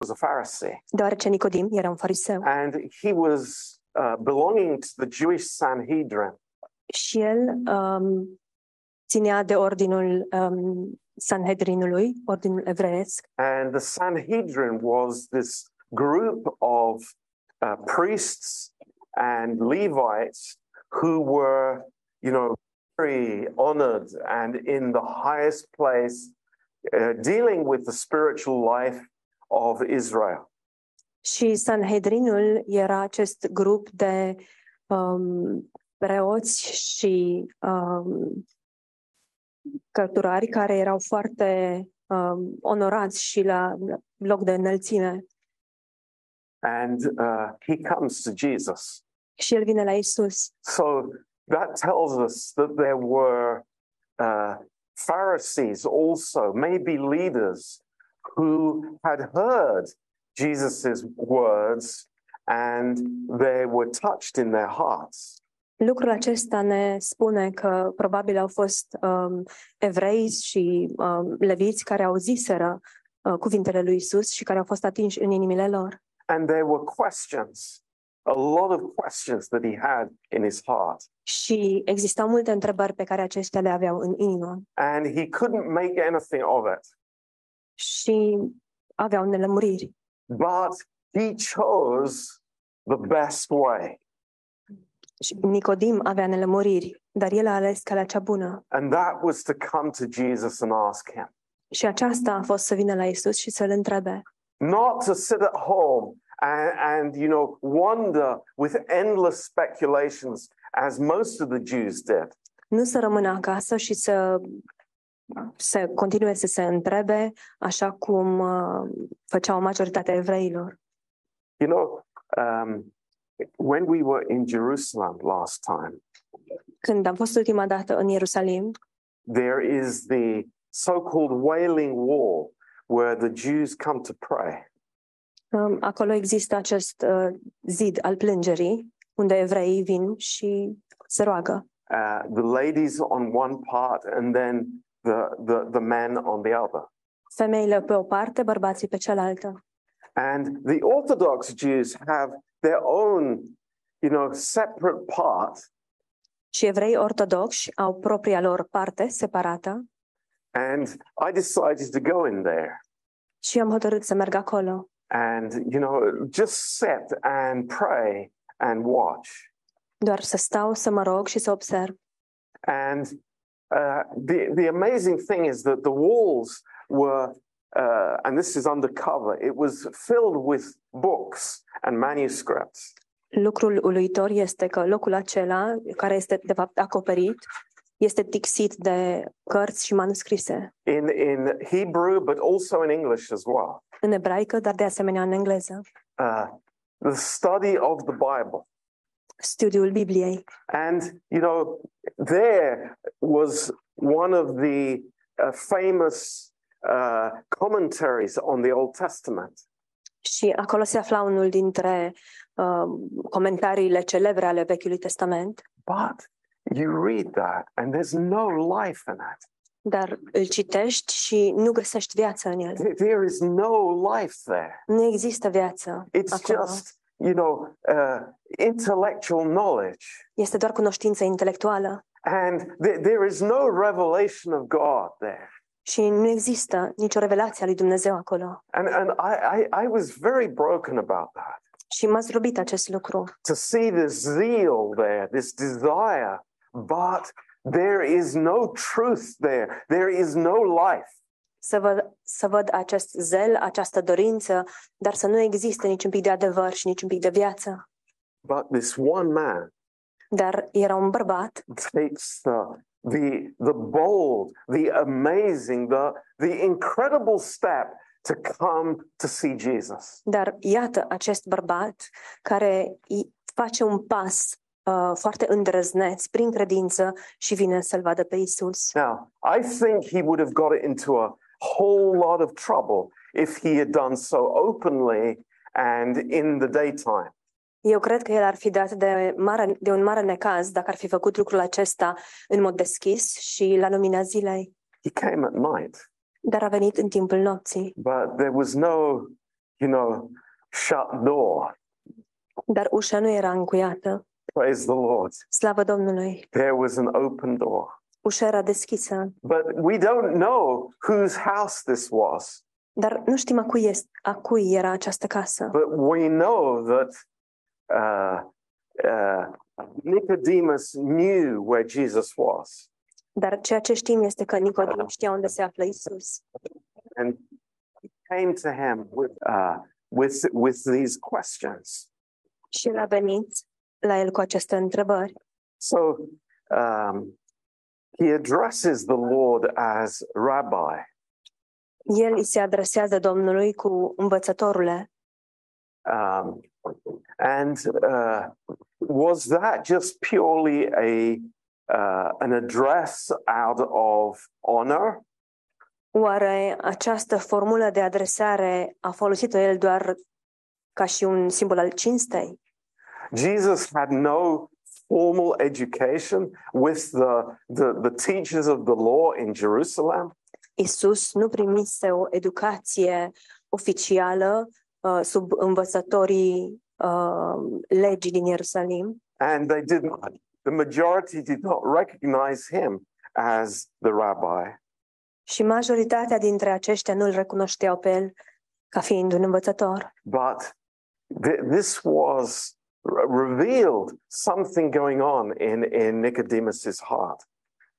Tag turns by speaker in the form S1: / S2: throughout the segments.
S1: was a Pharisee,
S2: deoarece Nicodim era un fariseu
S1: and he was uh, belonging to the Jewish Sanhedrin.
S2: și el um, ținea de ordinul um, Sanhedrinului, ordinul evreiesc,
S1: And the Sanhedrin was this group of uh, priests and Levites who were, you know, very honored and in the highest place uh, dealing with the spiritual life of Israel.
S2: și Sanhedrinul era acest grup de um, preoți și um, cărturari care erau foarte um, onorați și la la loc de înălțime.
S1: And uh, he comes to Jesus.
S2: Și el vine la Isus.
S1: So that tells us that there were uh, Pharisees also, maybe leaders, who had heard Jesus' words and they were touched in their hearts.
S2: Lucrul acesta ne spune că probabil au fost um, evrei și um, leviți care auziseră uh, cuvintele lui Isus și care au fost atinși în inimile lor.
S1: And there were questions, a lot of questions that he had in his heart.
S2: Și existau multe întrebări pe care aceștia le aveau în inimă
S1: And he couldn't make anything of it,
S2: și aveau nelămuriri.
S1: but he chose the best way,
S2: Și Nicodim avea nelămuriri, dar el a ales calea cea bună.
S1: and that was to come to Jesus and ask him.
S2: Și aceasta a fost să vină la Isus și să-l întrebe.
S1: not to sit at home and, and you know wander with endless speculations as most of the Jews did,
S2: Nu să rămână acasă și să să continue să se întrebe așa cum uh, făceau majoritatea evreilor.
S1: you know. Um, when we were in Jerusalem last time,
S2: Când am fost ultima dată în Ierusalim,
S1: there is the so-called Wailing Wall where the Jews come to pray,
S2: um, acolo există acest uh, zid al plângerii, unde evreii vin și se roagă.
S1: uh, the ladies on one part and then the, the the men on the other.
S2: femeile pe o parte, bărbații pe cealaltă.
S1: And the Orthodox Jews have their own, you know, separate part
S2: Și evrei ortodoxi au propria lor parte separată
S1: And I decided to go in there
S2: și am hotărât să merg acolo
S1: and, you know, just sit and pray and watch.
S2: doar să stau, să mă rog și să observ.
S1: And uh, the, the amazing thing is that the walls were, uh, and this is undercover, it was filled with books and manuscripts.
S2: Lucrul uluitor este că locul acela, care este de fapt acoperit, este tixit de cărți și manuscrise
S1: In, in Hebrew, but also in English as well.
S2: în ebraică, dar de asemenea în engleză.
S1: Uh, the study of the Bible.
S2: Studiul Bibliei.
S1: And, you know, there was one of the uh, famous uh, commentaries on the Old Testament.
S2: Și acolo se afla unul dintre uh, comentariile celebre ale Vechiului Testament,
S1: But you read that and there's no life in it.
S2: dar îl citești și nu găsești viață în el.
S1: There- There is no life there.
S2: Nu există viață.
S1: It's
S2: Acolo.
S1: just, you know, uh, intellectual knowledge.
S2: Este doar cunoștință intelectuală
S1: And there- there is no revelation of God there.
S2: și nu există nicio revelație a lui Dumnezeu acolo.
S1: And, and I, I, I was very broken about that.
S2: Și m-a zdrobit acest lucru.
S1: to see this zeal there, this desire, but there is no truth there. There is no life.
S2: Să văd, să văd acest zel, această dorință, dar să nu existe niciun pic de adevăr și niciun pic de viață.
S1: But this one man
S2: Dar era un bărbat
S1: takes the the the bold, the amazing, the the incredible step to come to see Jesus.
S2: Dar iată acest bărbat care îi face un pas uh, foarte îndrăzneț prin credință și vine să-l vadă pe Isus.
S1: Now, I think he would have got it into a whole lot of trouble if he had done so openly and in the daytime.
S2: Eu cred că el ar fi dat de, mare, de un mare necaz dacă ar fi făcut lucrul acesta în mod deschis și la lumina zilei,
S1: He came at night.
S2: dar a venit în timpul nopții
S1: but there was no you know, shut door.
S2: Dar ușa nu era încuiată.
S1: Praise the Lord.
S2: Slavă Domnului!
S1: There was an open door.
S2: Ușa era deschisă.
S1: But we don't know whose house this was.
S2: Dar nu știm a cui, este, a cui era această casă.
S1: But we know that uh, uh, Nicodemus knew where Jesus was.
S2: Dar ceea ce știm este că Nicodim știa unde se află Isus.
S1: And he came to him with, uh, with, with these questions.
S2: Și el a venit la el cu aceste întrebări.
S1: So um, he addresses the Lord as rabbi.
S2: El îi se adresează Domnului cu învățătorule.
S1: Um, and uh, was that just purely a uh, an address out of honor,
S2: Oare această formulă de adresare a folosit-o el doar ca și un simbol al cinstei?
S1: Jesus had no formal education with the, the, the teachers of the law in Jerusalem.
S2: Isus nu primise o educație oficială uh, sub învățătorii uh, legii din Ierusalim
S1: And they didn't, the majority did not recognize him as the rabbi.
S2: și majoritatea dintre aceștia nu îl recunoșteau pe el ca fiind un învățător.
S1: But th- this was re- revealed something going on in, in Nicodemus's heart.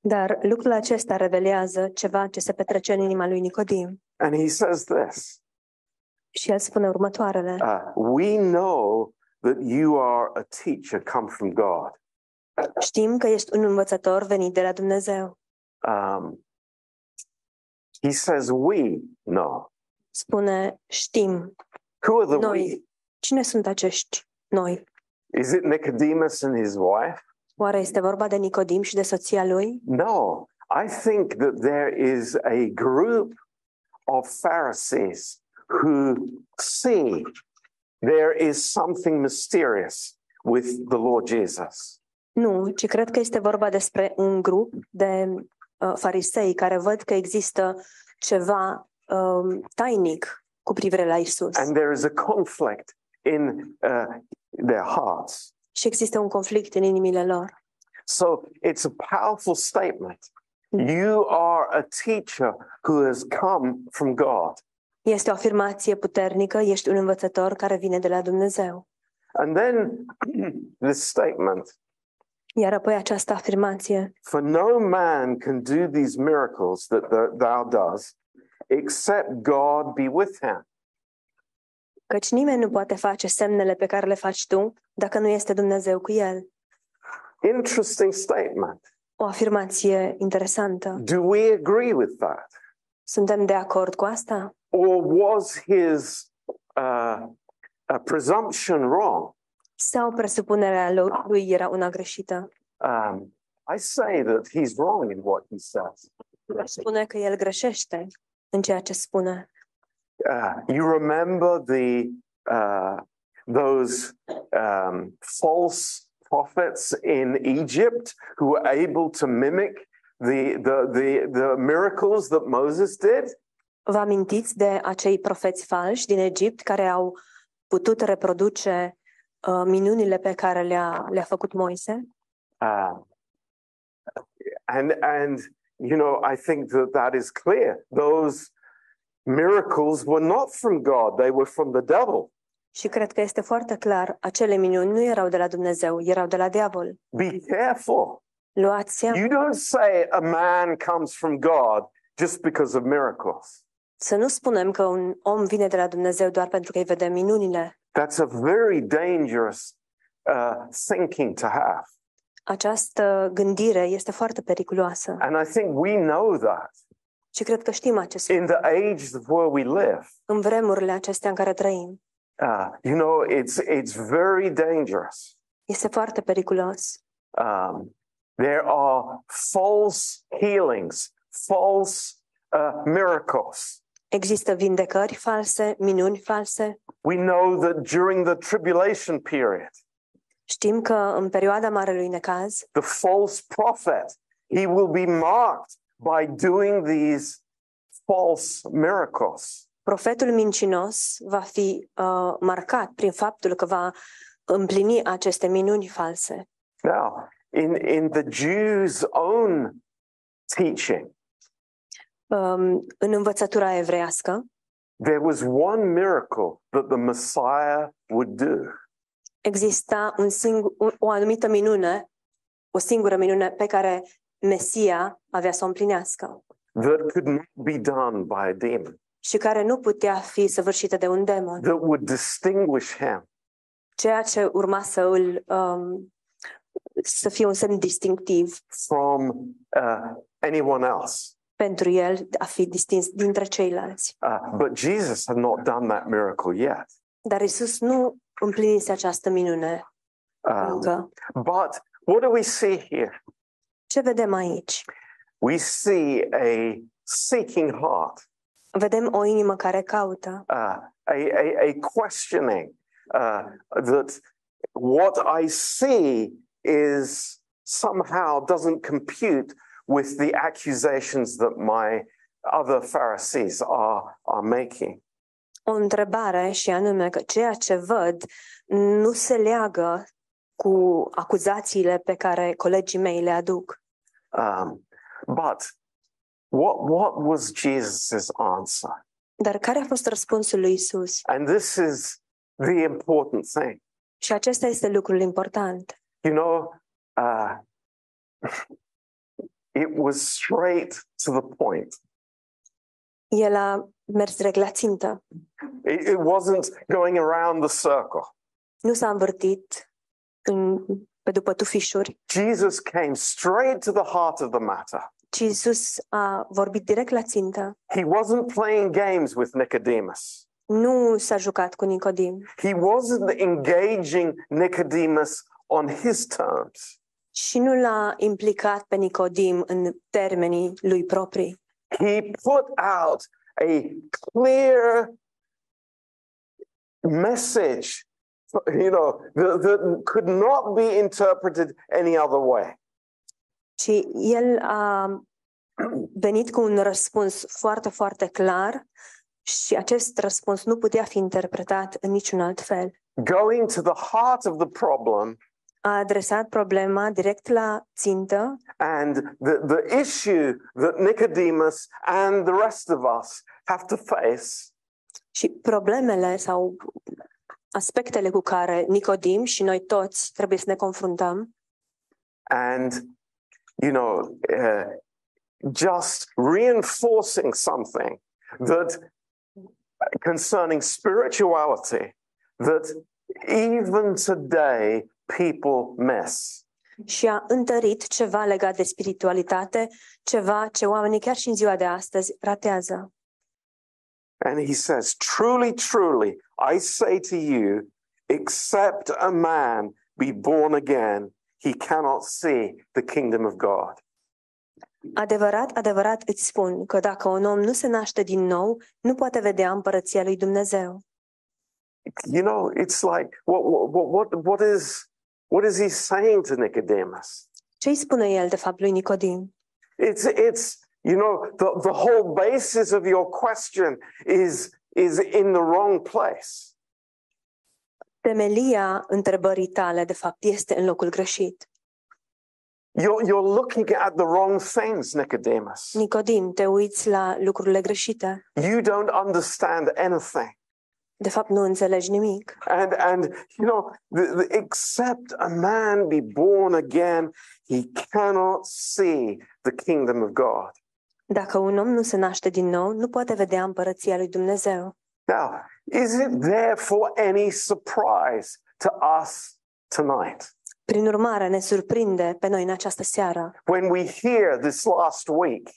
S2: Dar lucrul acesta revelează ceva ce se petrece în inima lui Nicodim.
S1: And he says this
S2: Și el spune următoarele.
S1: uh, We know that you are a teacher come from God.
S2: Știm că ești un învățător venit de la Dumnezeu.
S1: Um, he says, We know.
S2: Spune, știm.
S1: Who are the
S2: Noi. Cine sunt acești noi?
S1: we? Is it Nicodemus and his wife?
S2: Oare este vorba de Nicodim și de soția lui?
S1: No. I think that there is a group of Pharisees who see there is something mysterious with the Lord Jesus.
S2: Nu, ci cred că este vorba despre un grup de uh, farisei care văd că există ceva um, tainic cu privire la Isus
S1: And there is a conflict in uh, their hearts.
S2: și există un conflict în inimile lor.
S1: So it's a powerful statement. You are a teacher who has come from God.
S2: Este o afirmație puternică, ești un învățător care vine de la Dumnezeu.
S1: And then this statement
S2: Iar apoi această afirmație
S1: For no man can do these miracles that th- thou does, except God be with him.
S2: Căci nimeni nu poate face semnele pe care le faci tu dacă nu este Dumnezeu cu el.
S1: Interesting statement.
S2: O afirmație interesantă.
S1: Do we agree with that?
S2: Suntem de acord cu asta?
S1: Or was his uh, uh, presumption wrong?
S2: Sau presupunerea lor- lui era una greșită?
S1: Um, I say that he's wrong in what he says.
S2: Aș spune că el greșește în ceea ce spune.
S1: Uh, you remember the uh, those um, false prophets in Egypt who were able to mimic the, the the the miracles that Moses did.
S2: Vă amintiți de acei profeți falși din Egipt care au putut reproduce uh, minunile pe care le-a, le-a făcut Moise?
S1: Uh, and and you know I think that that is clear. Those miracles were not from God; they were from the devil
S2: Și cred că este foarte clar, acele minuni nu erau de la Dumnezeu, erau de la diavol.
S1: be careful
S2: Luați seama.
S1: you don't say a man comes from god just because of miracles
S2: Să nu spunem că un om vine de la Dumnezeu doar pentru că îi vedem minunile.
S1: That's a very dangerous uh, thinking to have.
S2: Această gândire este foarte periculoasă
S1: And I think we know that
S2: și cred că știm acest lucru
S1: in the age of where we live.
S2: în vremurile acestea în care trăim.
S1: Uh, you know, it's, it's very dangerous.
S2: Este foarte periculos.
S1: Um, there are false healings, false uh, miracles.
S2: Există vindecări false, minuni false.
S1: We know that during the tribulation period,
S2: Știm că în perioada Marelui Necaz,
S1: the false prophet, he will be marked by doing these false miracles.
S2: profetul mincinos va fi uh, marcat prin faptul că va împlini aceste minuni false.
S1: Now, in, in the Jews' own teaching,
S2: Um, în învățătura evrească
S1: there was one miracle that the Messiah would do.
S2: exista un singur, un- o anumită minune, o singură minune pe care Mesia avea să o împlinească
S1: that could not be done by a demon,
S2: și care nu putea fi săvârșită de un demon,
S1: that would distinguish him
S2: ceea ce urma să îl um, să fie un semn distinctiv
S1: from uh, anyone else.
S2: pentru el a fi distins dintre ceilalți.
S1: Uh, but Jesus had not done that miracle yet.
S2: Dar Isus nu împlinise această minune
S1: Um,
S2: încă.
S1: but what do we see here?
S2: Ce vedem aici?
S1: We see a seeking heart,
S2: Vedem o inimă care caută,
S1: uh, a, a, a questioning uh, that what I see is somehow doesn't compute with the accusations that my other Pharisees are, are making.
S2: o întrebare și anume că ceea ce văd nu se leagă cu acuzațiile pe care colegii mei le aduc.
S1: Um, but what, what was Jesus' answer?
S2: Dar care a fost răspunsul lui Isus?
S1: And this is the important thing.
S2: Și acesta este lucrul important.
S1: You know, uh, it was straight to the point.
S2: El a mers direct la țintă,
S1: It, it wasn't going around the circle.
S2: nu s-a învârtit în, pe după tufișuri,
S1: Jesus came straight to the heart of the matter.
S2: ci Isus a vorbit direct la țintă.
S1: He wasn't playing games with Nicodemus.
S2: Nu s-a jucat cu Nicodim
S1: He wasn't engaging Nicodemus on his terms.
S2: și nu l-a implicat pe Nicodim în termenii lui proprii.
S1: he put out a clear message, you know, that, that could not be interpreted any other way.
S2: Și el a venit cu un răspuns foarte, foarte clar și acest răspuns nu putea fi interpretat în niciun alt fel.
S1: Going to the heart of the problem,
S2: A adresat problema direct la țintă
S1: and the, the issue that Nicodemus and the rest of us have to face
S2: și problemele sau aspectele cu care Nicodim și noi toți trebuie să ne confruntăm
S1: and, you know, uh, just reinforcing something that concerning spirituality that even today people miss.
S2: și a întărit ceva legat de spiritualitate, ceva ce oamenii chiar și în ziua de astăzi ratează.
S1: And he says, Truly, truly, I say to you, except a man be born again, he cannot see the kingdom of God.
S2: Adevărat, adevărat îți spun că dacă un om nu se naște din nou, nu poate vedea împărăția lui Dumnezeu.
S1: You know, it's like what what what what is what is he saying to Nicodemus?
S2: Ce îi spune el, de fapt, lui Nicodim?
S1: It's it's you know the, the whole basis of your question is is in the wrong place.
S2: Temelia întrebării tale, de fapt, este în locul greșit.
S1: You're you're looking at the wrong things, Nicodemus.
S2: Nicodim, te uiți la lucrurile greșite.
S1: You don't understand anything.
S2: De fapt, nu înțelegi nimic.
S1: And and you know, the, the, except a man be born again, he cannot see the kingdom of God.
S2: Dacă un om nu se naște din nou, nu poate vedea împărăția lui Dumnezeu.
S1: Now, is it therefore any surprise to us tonight
S2: Prin urmare, ne surprinde pe noi în această seară.
S1: when we hear this last week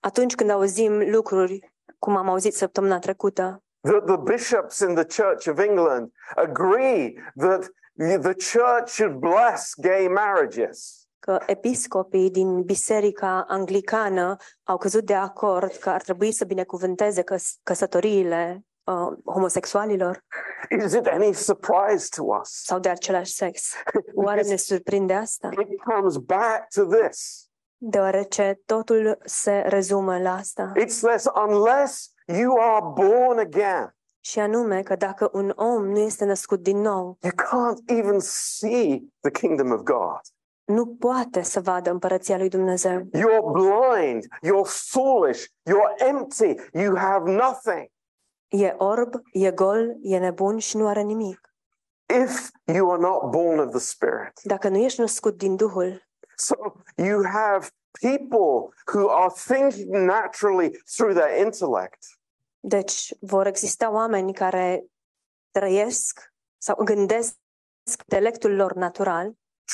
S2: Atunci când auzim lucruri, cum am auzit săptămâna trecută,
S1: that the bishops in the Church of England agree that the the church should bless gay marriages.
S2: că episcopii din biserica anglicană au căzut de acord că ar trebui să binecuvânteze căs- căsătoriile uh, homosexualilor
S1: Is it any surprise to us?
S2: sau de același sex. Oare ne surprinde asta?
S1: It comes back to this.
S2: Deoarece totul se rezumă la asta.
S1: It's this unless You are born again.
S2: Și anume că dacă un om nu este născut din nou,
S1: You can't even see the kingdom of God.
S2: nu poate să vadă împărăția lui Dumnezeu.
S1: You're blind. You're foolish. You're empty. You have nothing.
S2: E orb, e gol, e nebun și nu are nimic.
S1: If you are not born of the Spirit.
S2: Dacă nu ești născut din Duhul,
S1: So you have people who are thinking naturally through their intellect,
S2: deci vor exista oameni care trăiesc sau gândesc intelectul lor natural,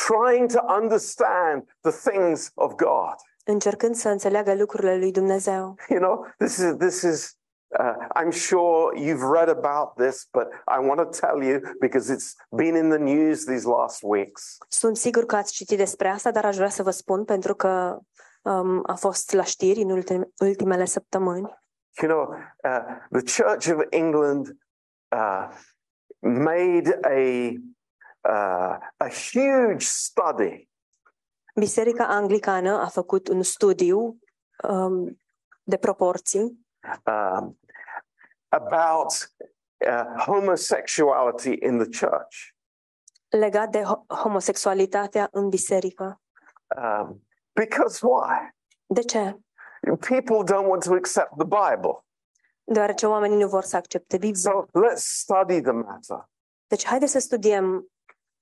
S1: trying to understand the things of God.
S2: încercând să înțeleagă lucrurile lui Dumnezeu.
S1: You know, this is this is. Uh, I'm sure you've read about this, but I want to tell you because it's been in the news these last weeks.
S2: Sunt sigur că ați citit despre asta, dar aș vrea să vă spun pentru că um, a fost la știri în ultim- ultimele săptămâni.
S1: You know, uh, the Church of England uh, made a uh, a huge study
S2: Biserica Anglicană a făcut un studiu um, de proporții
S1: um, about uh, homosexuality in the church.
S2: legat de ho- homosexualitatea în biserică.
S1: Um, because why?
S2: De ce?
S1: People don't want to accept the Bible.
S2: Deoarece oamenii nu vor să accepte Biblia.
S1: So let's study the matter
S2: Deci haideți să studiem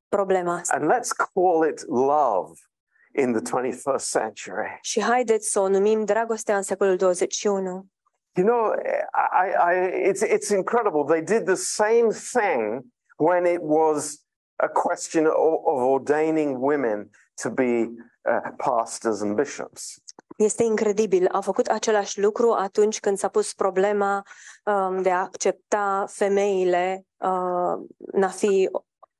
S2: problema asta
S1: and let's call it love in the 21st century.
S2: și haideți să o numim dragostea în secolul 21.
S1: You know, I, I, it's, it's incredible. They did the same thing when it was a question of, of ordaining women to be uh, pastors and bishops.
S2: Este incredibil. Au făcut același lucru atunci când s-a pus problema um, de a accepta femeile uh, n a fi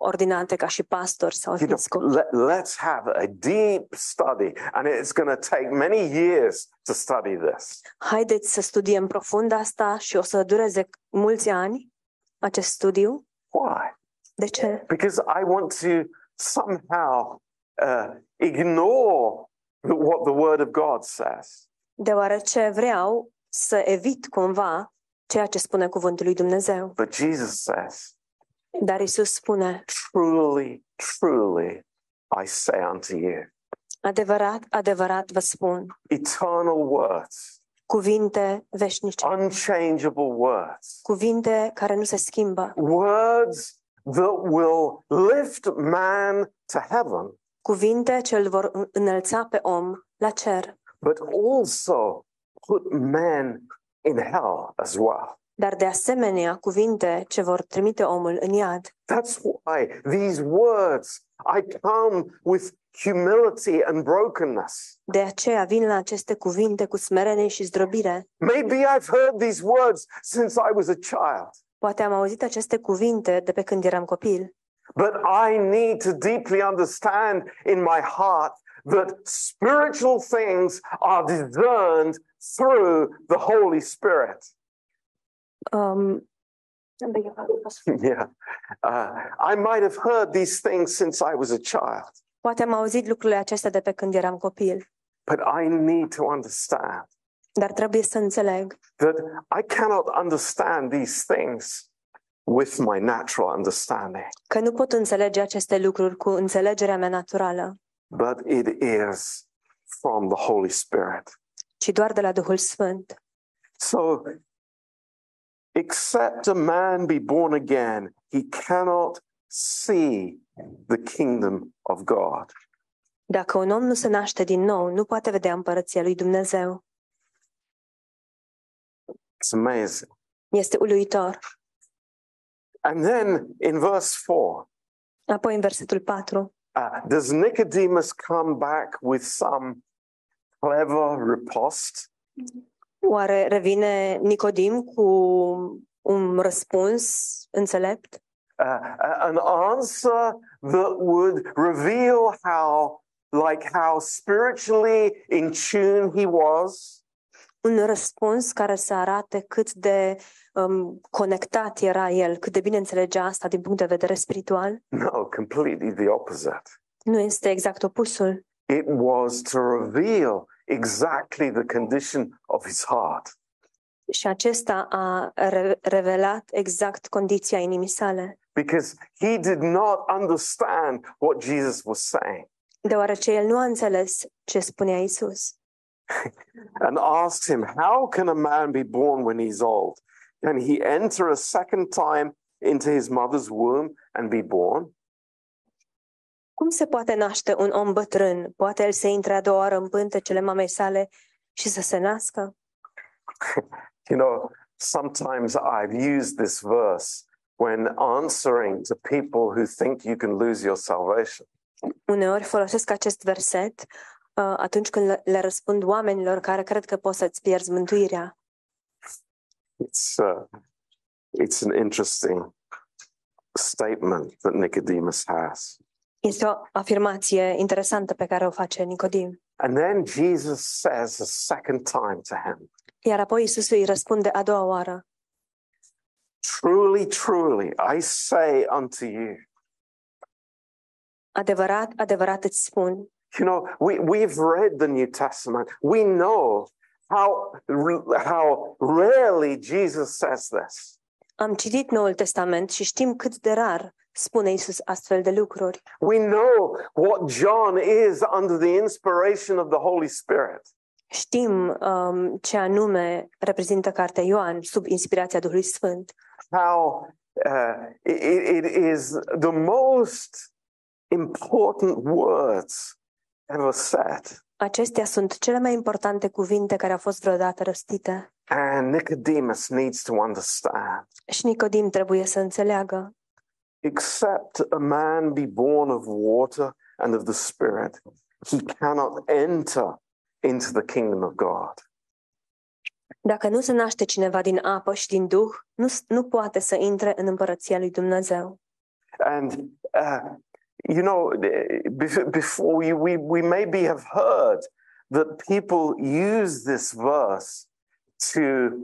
S2: ordinate ca și pastori sau
S1: You know,
S2: episcopi.
S1: let, let's have a deep study, and it's going to take many years to study this.
S2: Haideți să studiem profund asta și o să dureze mulți ani acest studiu.
S1: Why?
S2: De ce?
S1: Because I want to somehow uh, ignore what the Word of God says.
S2: Deoarece vreau să evit cumva ceea ce spune cuvântul lui Dumnezeu.
S1: But Jesus says,
S2: Dar Isus spune,
S1: Truly, truly, I say unto you,
S2: adevărat, adevărat vă spun,
S1: eternal words,
S2: cuvinte veșnice.
S1: unchangeable words,
S2: cuvinte care nu se schimbă,
S1: words that will lift man to heaven,
S2: cuvinte ce îl vor în- înălța pe om la cer,
S1: but also put men in hell as well.
S2: dar de asemenea cuvinte ce vor trimite omul în iad.
S1: That's why these words, I come with humility and brokenness.
S2: De aceea vin la aceste cuvinte cu smerenie și zdrobire.
S1: Maybe I've heard these words since I was a child,
S2: Poate am auzit aceste cuvinte de pe când eram copil,
S1: but I need to deeply understand in my heart that spiritual things are discerned through the Holy Spirit.
S2: um,
S1: yeah. Uh, I might have heard these things since I was a child,
S2: poate am auzit lucrurile acestea de pe când eram copil,
S1: but I need to understand
S2: dar trebuie să înțeleg
S1: that I cannot understand these things with my natural understanding,
S2: că nu pot înțelege aceste lucruri cu înțelegerea mea naturală,
S1: but it is from the Holy Spirit.
S2: ci doar de la Duhul Sfânt.
S1: So, except a man be born again, he cannot see the kingdom of God.
S2: Dacă un om nu se naște din nou, nu poate vedea împărăția lui Dumnezeu.
S1: It's amazing.
S2: Este uluitor.
S1: And then in verse 4,
S2: Apoi în versetul 4,
S1: uh, does Nicodemus come back with some clever riposte?
S2: oare revine Nicodim cu un răspuns înțelept?
S1: uh, an answer that would reveal how like how spiritually in tune he was
S2: Un răspuns care să arate cât de um, conectat era el, cât de bine înțelegea asta din punct de vedere spiritual?
S1: no completely the opposite
S2: Nu este exact opusul,
S1: it was to reveal exactly the condition of his heart
S2: Și acesta a re- revelat exact condiția inimii sale,
S1: because he did not understand what Jesus was saying
S2: deoarece el nu a înțeles ce spunea Isus.
S1: and asked him, How can a man be born when he's old? Can he enter a second time into his mother's womb and be born?
S2: Cum se poate naște un om bătrân? Poate el să intre a doua oară în pântecele mamei sale și să se nască?
S1: You know, sometimes I've used this verse when answering to people who think you can lose your salvation.
S2: Uneori folosesc acest verset uh, atunci când le- le răspund oamenilor care cred că poți să-ți pierzi mântuirea.
S1: It's, uh, it's an interesting statement that Nicodemus has.
S2: Este o afirmație interesantă pe care o face Nicodim.
S1: And then Jesus says a second time to him,
S2: Iar apoi Isus îi răspunde a doua oară.
S1: Truly, truly, I say unto you,
S2: Adevărat, adevărat îți spun.
S1: You know, we, we've read the New Testament. We know how, how rarely Jesus says this.
S2: Am citit Noul Testament și știm cât de rar spune Isus astfel de lucruri.
S1: We know what John is under the inspiration of the Holy Spirit.
S2: Știm um, ce anume reprezintă cartea Ioan sub inspirația Duhului Sfânt.
S1: How uh, it, it is the most important words ever said.
S2: Acestea sunt cele mai importante cuvinte care au fost vreodată rostite.
S1: And Nicodemus needs to understand.
S2: Și Nicodim trebuie să înțeleagă.
S1: except a man be born of water and of the Spirit, he cannot enter into the kingdom of God.
S2: Dacă nu se naște cineva din apă și din Duh, nu, s- nu poate să intre în împărăția lui Dumnezeu.
S1: And, uh, you know, bef- before we, we, we maybe have heard that people use this verse to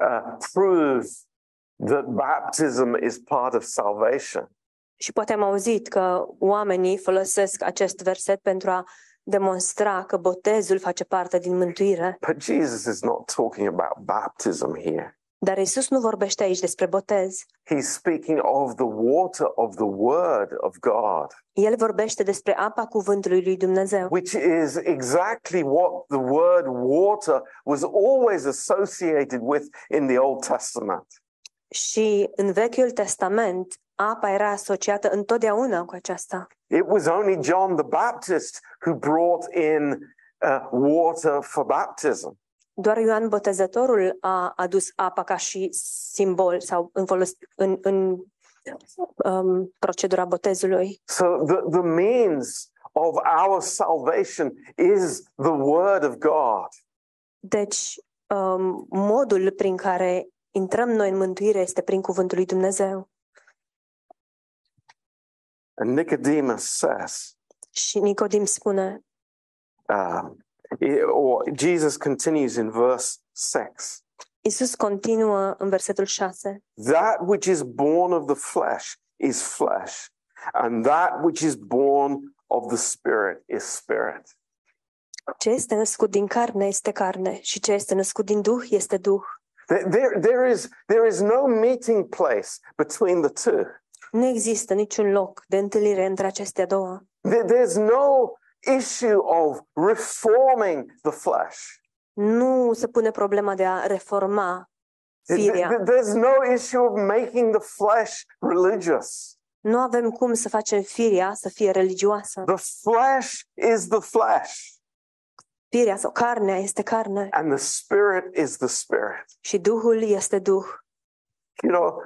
S1: uh, prove that baptism is part of salvation.
S2: Și poate am auzit că oamenii folosesc acest verset pentru a demonstra că botezul face parte din mântuire,
S1: But Jesus is not talking about baptism here.
S2: dar Isus nu vorbește aici despre botez.
S1: He's speaking of the water of the Word of God.
S2: El vorbește despre apa cuvântului lui Dumnezeu,
S1: which is exactly what the word water was always associated with in the Old Testament.
S2: Și în Vechiul Testament, apa era asociată întotdeauna cu aceasta.
S1: It was only John the Baptist who brought in uh, water for baptism.
S2: Doar Ioan Botezătorul a adus apa ca și simbol sau în, folos- în, în um, procedura botezului.
S1: So the, the means of our salvation is the word of God.
S2: Deci, um, modul prin care intrăm noi în mântuire este prin Cuvântul lui Dumnezeu.
S1: And Nicodemus says,
S2: Și Nicodim spune,
S1: um, it- or Jesus continues in verse 6.
S2: Iisus continuă în versetul 6,
S1: That which is born of the flesh is flesh, and that which is born of the spirit is spirit.
S2: ce este născut din carne este carne și ce este născut din Duh este Duh.
S1: There, there, there, is, there is no meeting place between the two.
S2: Nu există niciun loc de întâlnire între acestea două.
S1: There- there's no issue of reforming the flesh.
S2: Nu se pune problema de a reforma
S1: There-
S2: firea.
S1: there- there's no issue of making the flesh religious.
S2: Nu avem cum să facem firea să fie religioasă.
S1: The flesh is the flesh,
S2: Firea sau carnea este carne
S1: and the spirit is the spirit.
S2: și Duhul este Duh.
S1: you know,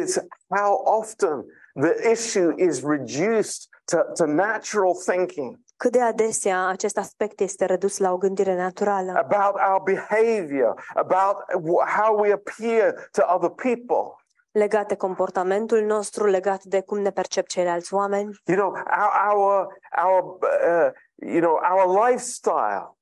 S1: is how often the issue is reduced to, to natural thinking
S2: Cât de adesea acest aspect este redus la o gândire naturală
S1: about our behavior, about wh- how we appear to other people.
S2: legat de comportamentul nostru, legat de cum ne percep ceilalți oameni,
S1: You know, our our, our uh, you know our lifestyle,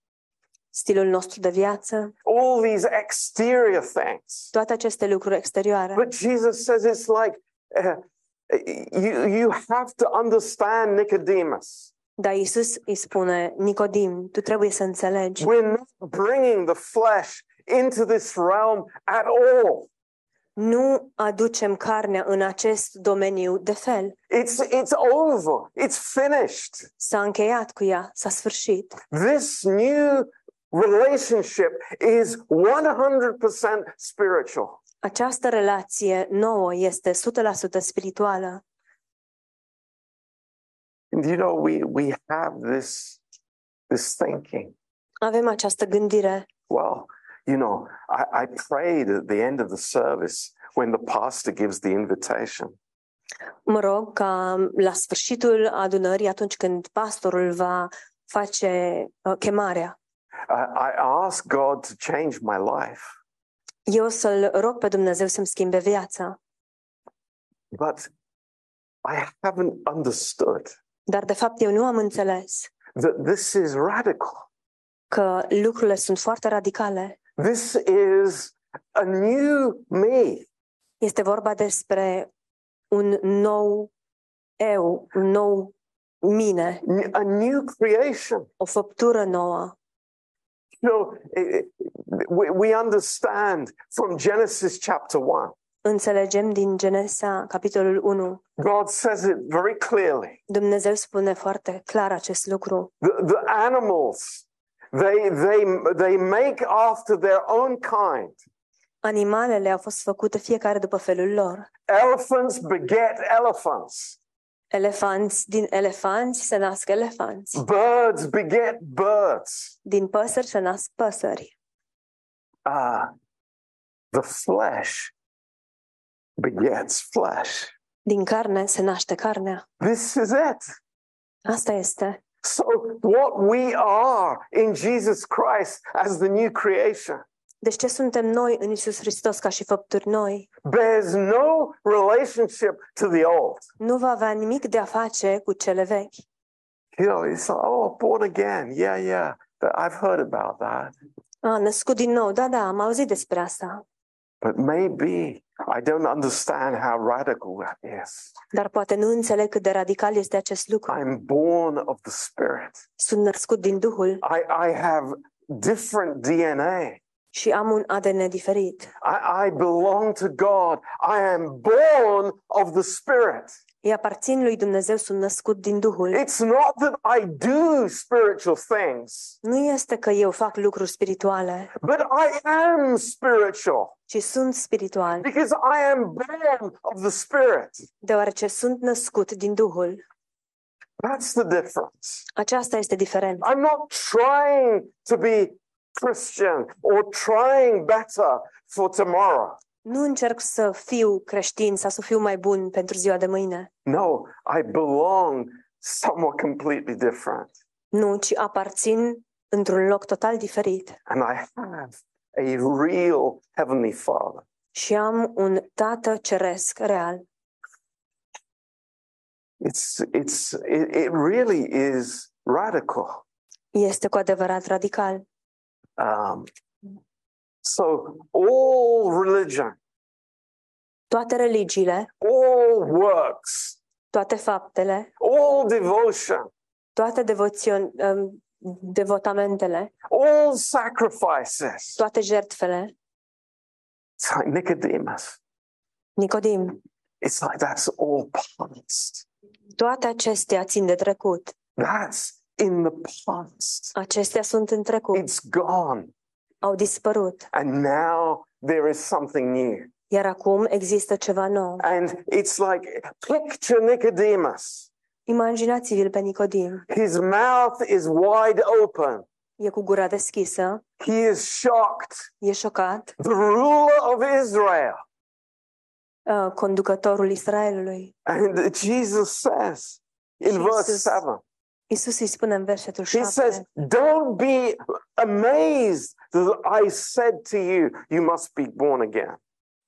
S2: stilul nostru de viață,
S1: all these exterior things.
S2: toate aceste lucruri exterioare.
S1: But Jesus says it's like uh, you you have to understand Nicodemus.
S2: Dar Isus îi spune, Nicodim, tu trebuie să înțelegi
S1: We're not bringing the flesh into this realm at all.
S2: Nu aducem carnea în acest domeniu de fel.
S1: It's, it's over. It's finished.
S2: S-a încheiat cu ea, s-a sfârșit.
S1: This new relationship is 100% spiritual.
S2: Această relație nouă este 100% spirituală.
S1: And you know, we, we have this, this thinking.
S2: Avem această gândire.
S1: Well, you know, I, I prayed at the end of the service when the pastor gives the invitation.
S2: Mă rog ca la sfârșitul adunării, atunci când pastorul va face uh, chemarea,
S1: I, I asked God to change my life,
S2: eu o să-l rog pe Dumnezeu să-mi schimbe viața.
S1: but I haven't understood
S2: Dar, de fapt, eu nu am înțeles
S1: that this is radical.
S2: că lucrurile sunt foarte radicale.
S1: This is a new me.
S2: Este vorba despre un nou eu, un nou mine,
S1: n- a new creation.
S2: o făptură nouă.
S1: You know, it- it- we, we understand from Genesis chapter 1,
S2: Înțelegem din Genesa, capitolul 1.
S1: God says it very clearly.
S2: Dumnezeu spune foarte clar acest lucru.
S1: The, the animals, they, they, they make after their own kind.
S2: Animalele au fost făcute fiecare după felul lor.
S1: Elephants beget elephants,
S2: Elefanți din elefanți se nasc elefanți.
S1: birds beget birds.
S2: Din păsări se nasc păsări.
S1: Ah, the flesh begets flesh.
S2: Din carne se naște carnea.
S1: This is it.
S2: Asta este.
S1: So, what we are in Jesus Christ as the new creation
S2: Deci ce suntem noi în Isus Hristos ca și făpturi noi?
S1: bears no relationship to the old.
S2: Nu va avea nimic de a face cu cele vechi.
S1: You know, it's like, oh, born again. Yeah, yeah. That- I've heard about that.
S2: A, născut din nou, da, da, am auzit despre asta.
S1: But maybe I don't understand how radical that is.
S2: Dar poate nu înțeleg cât de radical este acest lucru.
S1: I'm born of the Spirit,
S2: Sunt născut din Duhul
S1: I, I have different DNA.
S2: și am un ADN diferit.
S1: I, I belong to God. I am born of the Spirit.
S2: Îi aparțin lui Dumnezeu, sunt născut din Duhul.
S1: It's not that I do spiritual things,
S2: Nu este că eu fac lucruri spirituale,
S1: but I am spiritual
S2: ci sunt spiritual,
S1: because I am born of the Spirit.
S2: deoarece sunt născut din Duhul.
S1: That's the difference.
S2: Aceasta este diferența.
S1: I'm not trying to be Christian or trying better for tomorrow.
S2: Nu încerc să fiu creștin sau să fiu mai bun pentru ziua de mâine.
S1: No, I belong somewhat completely different.
S2: Nu, ci aparțin într-un loc total diferit.
S1: And I have a real Heavenly Father.
S2: Și am un tată ceresc real.
S1: It's, it's, it, it really is radical.
S2: Este cu adevărat radical.
S1: Um, so all religion,
S2: Toate religiile,
S1: all works,
S2: toate faptele,
S1: all devotion,
S2: toate devoțion, em, devotamentele,
S1: all sacrifices.
S2: toate jertfele,
S1: It's like Nicodemus.
S2: Nicodim,
S1: It's like that's all past.
S2: toate acestea țin de trecut.
S1: That's in the past.
S2: Acestea sunt în trecut,
S1: It's gone.
S2: au dispărut,
S1: And now there is something new.
S2: iar acum există ceva nou.
S1: And it's like picture Nicodemus.
S2: Imaginați-vi-l pe Nicodim.
S1: His mouth is wide open.
S2: E cu gura deschisă,
S1: He is shocked.
S2: e șocat,
S1: The ruler of Israel.
S2: uh, conducătorul Israelului.
S1: And Jesus says in verse
S2: Jesus.
S1: 7,
S2: Isus îi spune în versetul
S1: He says,
S2: 7,
S1: Don't be amazed that I said to you, You must be born again.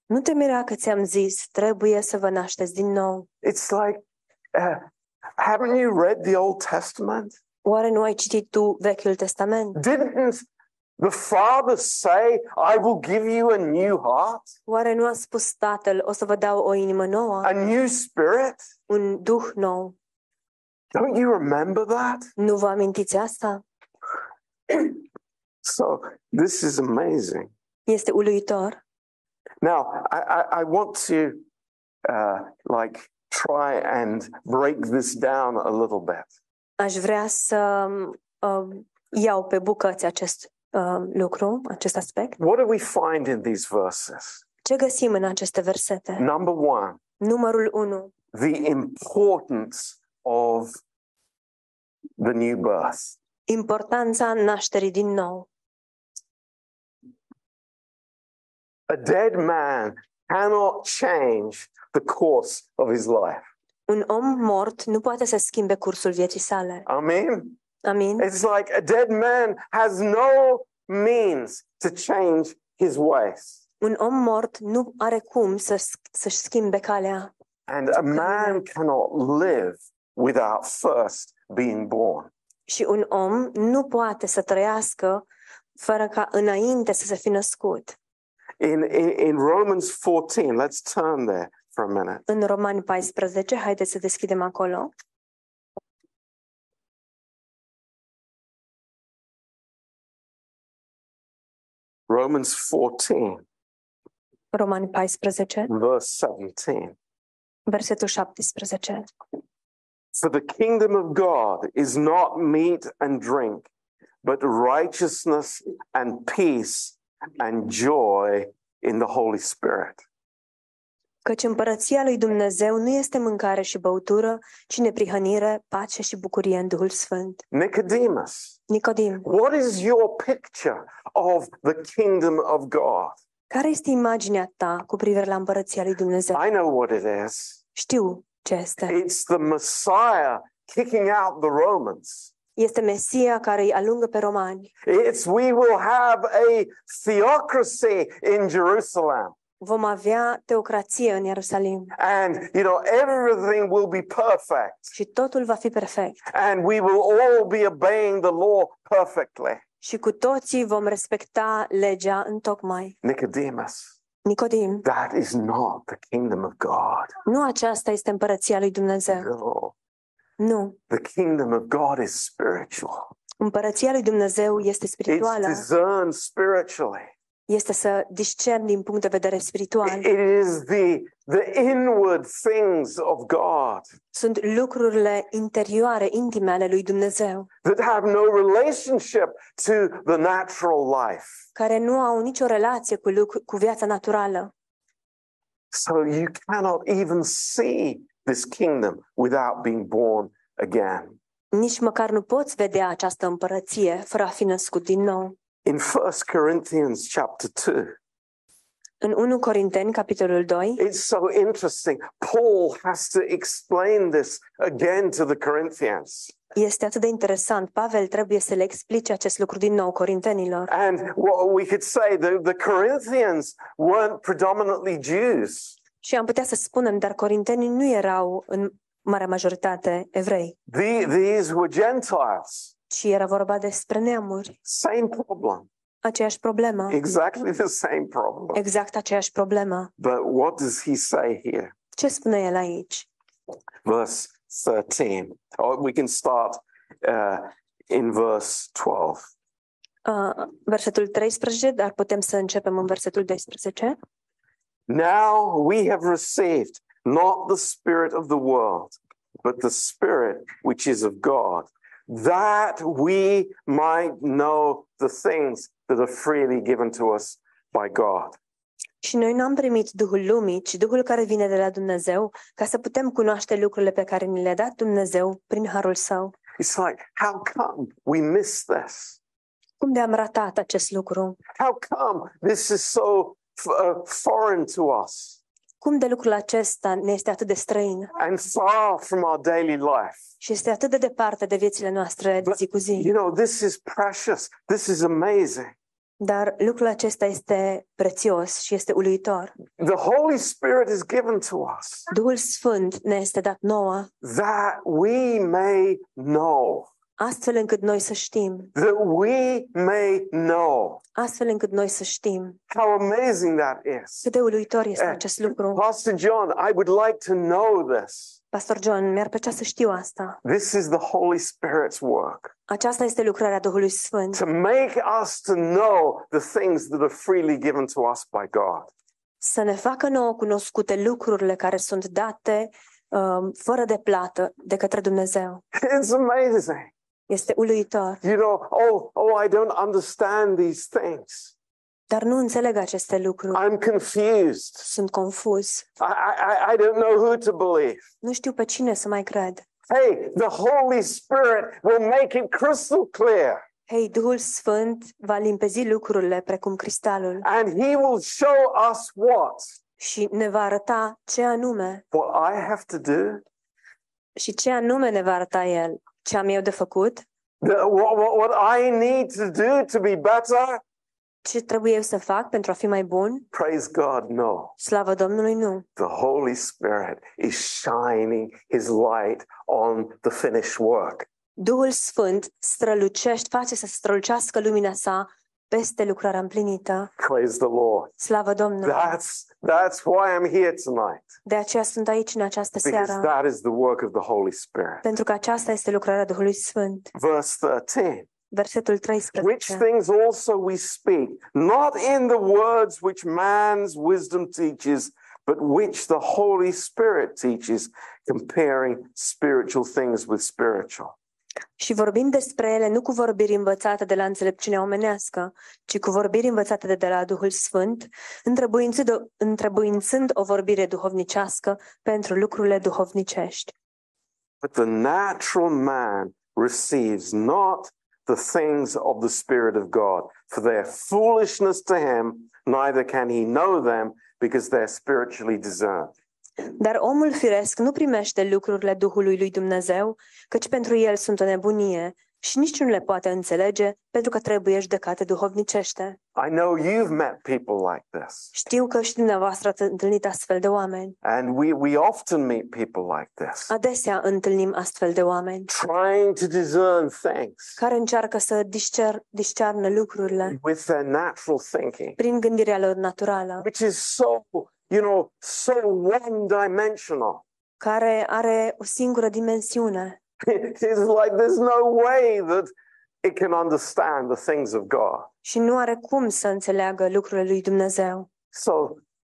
S2: nu te mira că ți-am zis, trebuie să vă nașteți din nou.
S1: It's like, uh, haven't you read the Old Testament?
S2: Oare nu ai citit tu Vechiul Testament?
S1: Didn't the Father say, I will give you a new heart,
S2: Oare nu a spus Tatăl, o să vă dau o inimă nouă,
S1: a new spirit?
S2: un duh nou?
S1: Don't you remember that?
S2: Nu vă amintiți asta?
S1: So, this is amazing.
S2: Este uluitor
S1: Now, I, I, I want to uh, like try and break this down a little bit.
S2: aș vrea să um, iau pe bucăți acest um, lucru, acest aspect.
S1: What do we find in these verses?
S2: Ce găsim în aceste versete?
S1: Number one,
S2: Numărul 1.
S1: the importance of the new birth.
S2: Importanța nașterii din nou.
S1: A dead man cannot change the course of his life.
S2: Un om mort nu poate să schimbe cursul vieții sale.
S1: Amen.
S2: Amin?
S1: It's like a dead man has no means to change his ways.
S2: Un om mort nu are cum să, sch- să-și schimbe calea.
S1: And a man cannot live without first being born.
S2: Și un om nu poate să trăiască fără ca înainte să se fi născut.
S1: In, in, in Romans 14, let's turn there for a minute.
S2: În Romani 14, haideți să deschidem acolo.
S1: Romans 14,
S2: Romani 14,
S1: verse 17.
S2: versetul 17.
S1: For the kingdom of God is not meat and drink, but righteousness and peace and joy in the Holy Spirit.
S2: Căci împărăția lui Dumnezeu nu este mâncare și băutură, ci neprihănire, pace și bucurie în Duhul Sfânt.
S1: Nicodemus,
S2: Nicodim,
S1: what is your picture of the kingdom of God?
S2: care este imaginea ta cu privire la împărăția lui Dumnezeu?
S1: I know what it is.
S2: Știu ce este.
S1: It's the Messiah kicking out the Romans.
S2: Este Mesia care îi alungă pe romani.
S1: It's we will have a theocracy in Jerusalem.
S2: Vom avea teocrație în Ierusalim
S1: And, you know, everything will be perfect.
S2: și totul va fi perfect.
S1: and we will all be obeying the law perfectly.
S2: Și cu toții vom respecta legea în tocmai.
S1: Nicodemus,
S2: Nicodim,
S1: that is not the kingdom of God.
S2: nu aceasta este împărăția lui Dumnezeu.
S1: No.
S2: Nu.
S1: The kingdom of God is spiritual,
S2: Împărăția lui Dumnezeu este spirituală.
S1: it's discerned spiritually.
S2: Este să discerni din punct de vedere spiritual.
S1: It is the, the inward things of God
S2: Sunt lucrurile interioare, intime ale lui Dumnezeu,
S1: that have no relationship to the natural life.
S2: care nu au nicio relație cu, lucru, cu viața naturală.
S1: So you cannot even see this kingdom without being born again.
S2: Nici măcar nu poți vedea această împărăție fără a fi născut din nou.
S1: In 1 Corinthians chapter 2,
S2: În 1 Corinteni, capitolul 2,
S1: It's so interesting. Paul has to explain this again to the Corinthians.
S2: este atât de interesant. Pavel trebuie să le explice acest lucru din nou corintenilor.
S1: And what we could say, the, the Corinthians weren't predominantly Jews.
S2: Și am putea să spunem, dar corintenii nu erau în marea majoritate evrei,
S1: The, these were Gentiles.
S2: ci era vorba despre neamuri.
S1: Same problem,
S2: Aceeași problemă.
S1: exactly the same problem.
S2: Exact aceeași problemă.
S1: But what does he say here?
S2: Ce spune el aici?
S1: Verse 13. Or we can start uh, in verse 12.
S2: Uh, versetul 13, dar putem să începem în versetul 12.
S1: Now we have received not the Spirit of the world, but the Spirit which is of God, that we might know the things that are freely given to us by God.
S2: Și noi n-am primit Duhul lumii, ci Duhul care vine de la Dumnezeu, ca să putem cunoaște lucrurile pe care ni le-a dat Dumnezeu prin harul său.
S1: It's like, how come we miss this?
S2: Cum de am ratat acest lucru?
S1: How come this is so f- uh, foreign to us
S2: Cum de lucrul acesta ne este atât de străin
S1: and far from our daily life?
S2: și este atât de departe de viețile noastre de zi cu zi?
S1: You know, this is precious. This is amazing.
S2: Dar lucrul acesta este prețios și este uluitor.
S1: The Holy Spirit is given to us.
S2: Duhul Sfânt ne este dat nouă
S1: that we may know.
S2: astfel încât noi să știm,
S1: that we may know
S2: astfel încât noi să știm
S1: how amazing that is.
S2: cât de uluitor este acest lucru.
S1: Pastor John, I would like to know this.
S2: Pastor John, mi-ar plăcea să știu asta.
S1: This is the Holy Spirit's work
S2: Aceasta este lucrarea Duhului Sfânt,
S1: to make us to know the things that are freely given to us by God.
S2: să ne facă nouă cunoscute lucrurile care sunt date um, fără de plată de către Dumnezeu.
S1: It's amazing.
S2: Este uluitor,
S1: You know, oh, oh, I don't understand these things.
S2: dar nu înțeleg aceste lucruri.
S1: I'm confused.
S2: Sunt confuz.
S1: I, I, I- I don't know who to believe.
S2: Nu știu pe cine să mai cred.
S1: Hey, the Holy Spirit will make it crystal clear
S2: Hei, Duhul Sfânt va limpezi lucrurile precum cristalul
S1: and He will show us what?
S2: și ne va arăta ce anume
S1: What I have to do?
S2: și ce anume ne va arăta El. Ce am eu de făcut,
S1: The- what, what, what I need to do to be better?
S2: ce trebuie eu să fac pentru a fi mai bun,
S1: Praise God, no.
S2: slavă Domnului, nu.
S1: The Holy Spirit is shining His light on the finished work.
S2: Duhul Sfânt strălucește, face să strălucească lumina sa peste lucrarea împlinită.
S1: Praise the Lord.
S2: Slavă Domnului!
S1: That's, that's why I'm here tonight,
S2: De aceea sunt aici în această
S1: because
S2: seară,
S1: that is the work of the Holy Spirit.
S2: pentru că aceasta este lucrarea Duhului Sfânt.
S1: Verse 13.
S2: Versetul
S1: Which
S2: 13.
S1: things also we speak, not in the words which man's wisdom teaches, but which the Holy Spirit teaches, comparing spiritual things with spiritual.
S2: Și vorbim despre ele nu cu vorbiri învățate de la înțelepciunea omenească, ci cu vorbiri învățate de, de la Duhul Sfânt, întrebuințând o, întrebuințând o vorbire duhovnicească pentru lucrurile duhovnicești.
S1: But the natural man receives not the things of the Spirit of God, for they are foolishness to him, neither can he know them, because they're spiritually discerned.
S2: Dar omul firesc nu primește lucrurile Duhului lui Dumnezeu, căci pentru el sunt o nebunie și nici nu le poate înțelege pentru că trebuie judecate duhovnicește.
S1: I know you've met people like this,
S2: Știu că și dumneavoastră ați întâlnit astfel de oameni.
S1: and we, we often meet people like this.
S2: Adesea întâlnim astfel de oameni
S1: trying to discern things
S2: care încearcă să discer, discearnă lucrurile
S1: with their natural thinking,
S2: prin gândirea lor naturală,
S1: which is so, you know, so one dimensional.
S2: care are o singură dimensiune.
S1: It's like there's no way that it can understand the things of God.
S2: Și nu are cum să înțeleagă lucrurile lui Dumnezeu.
S1: So,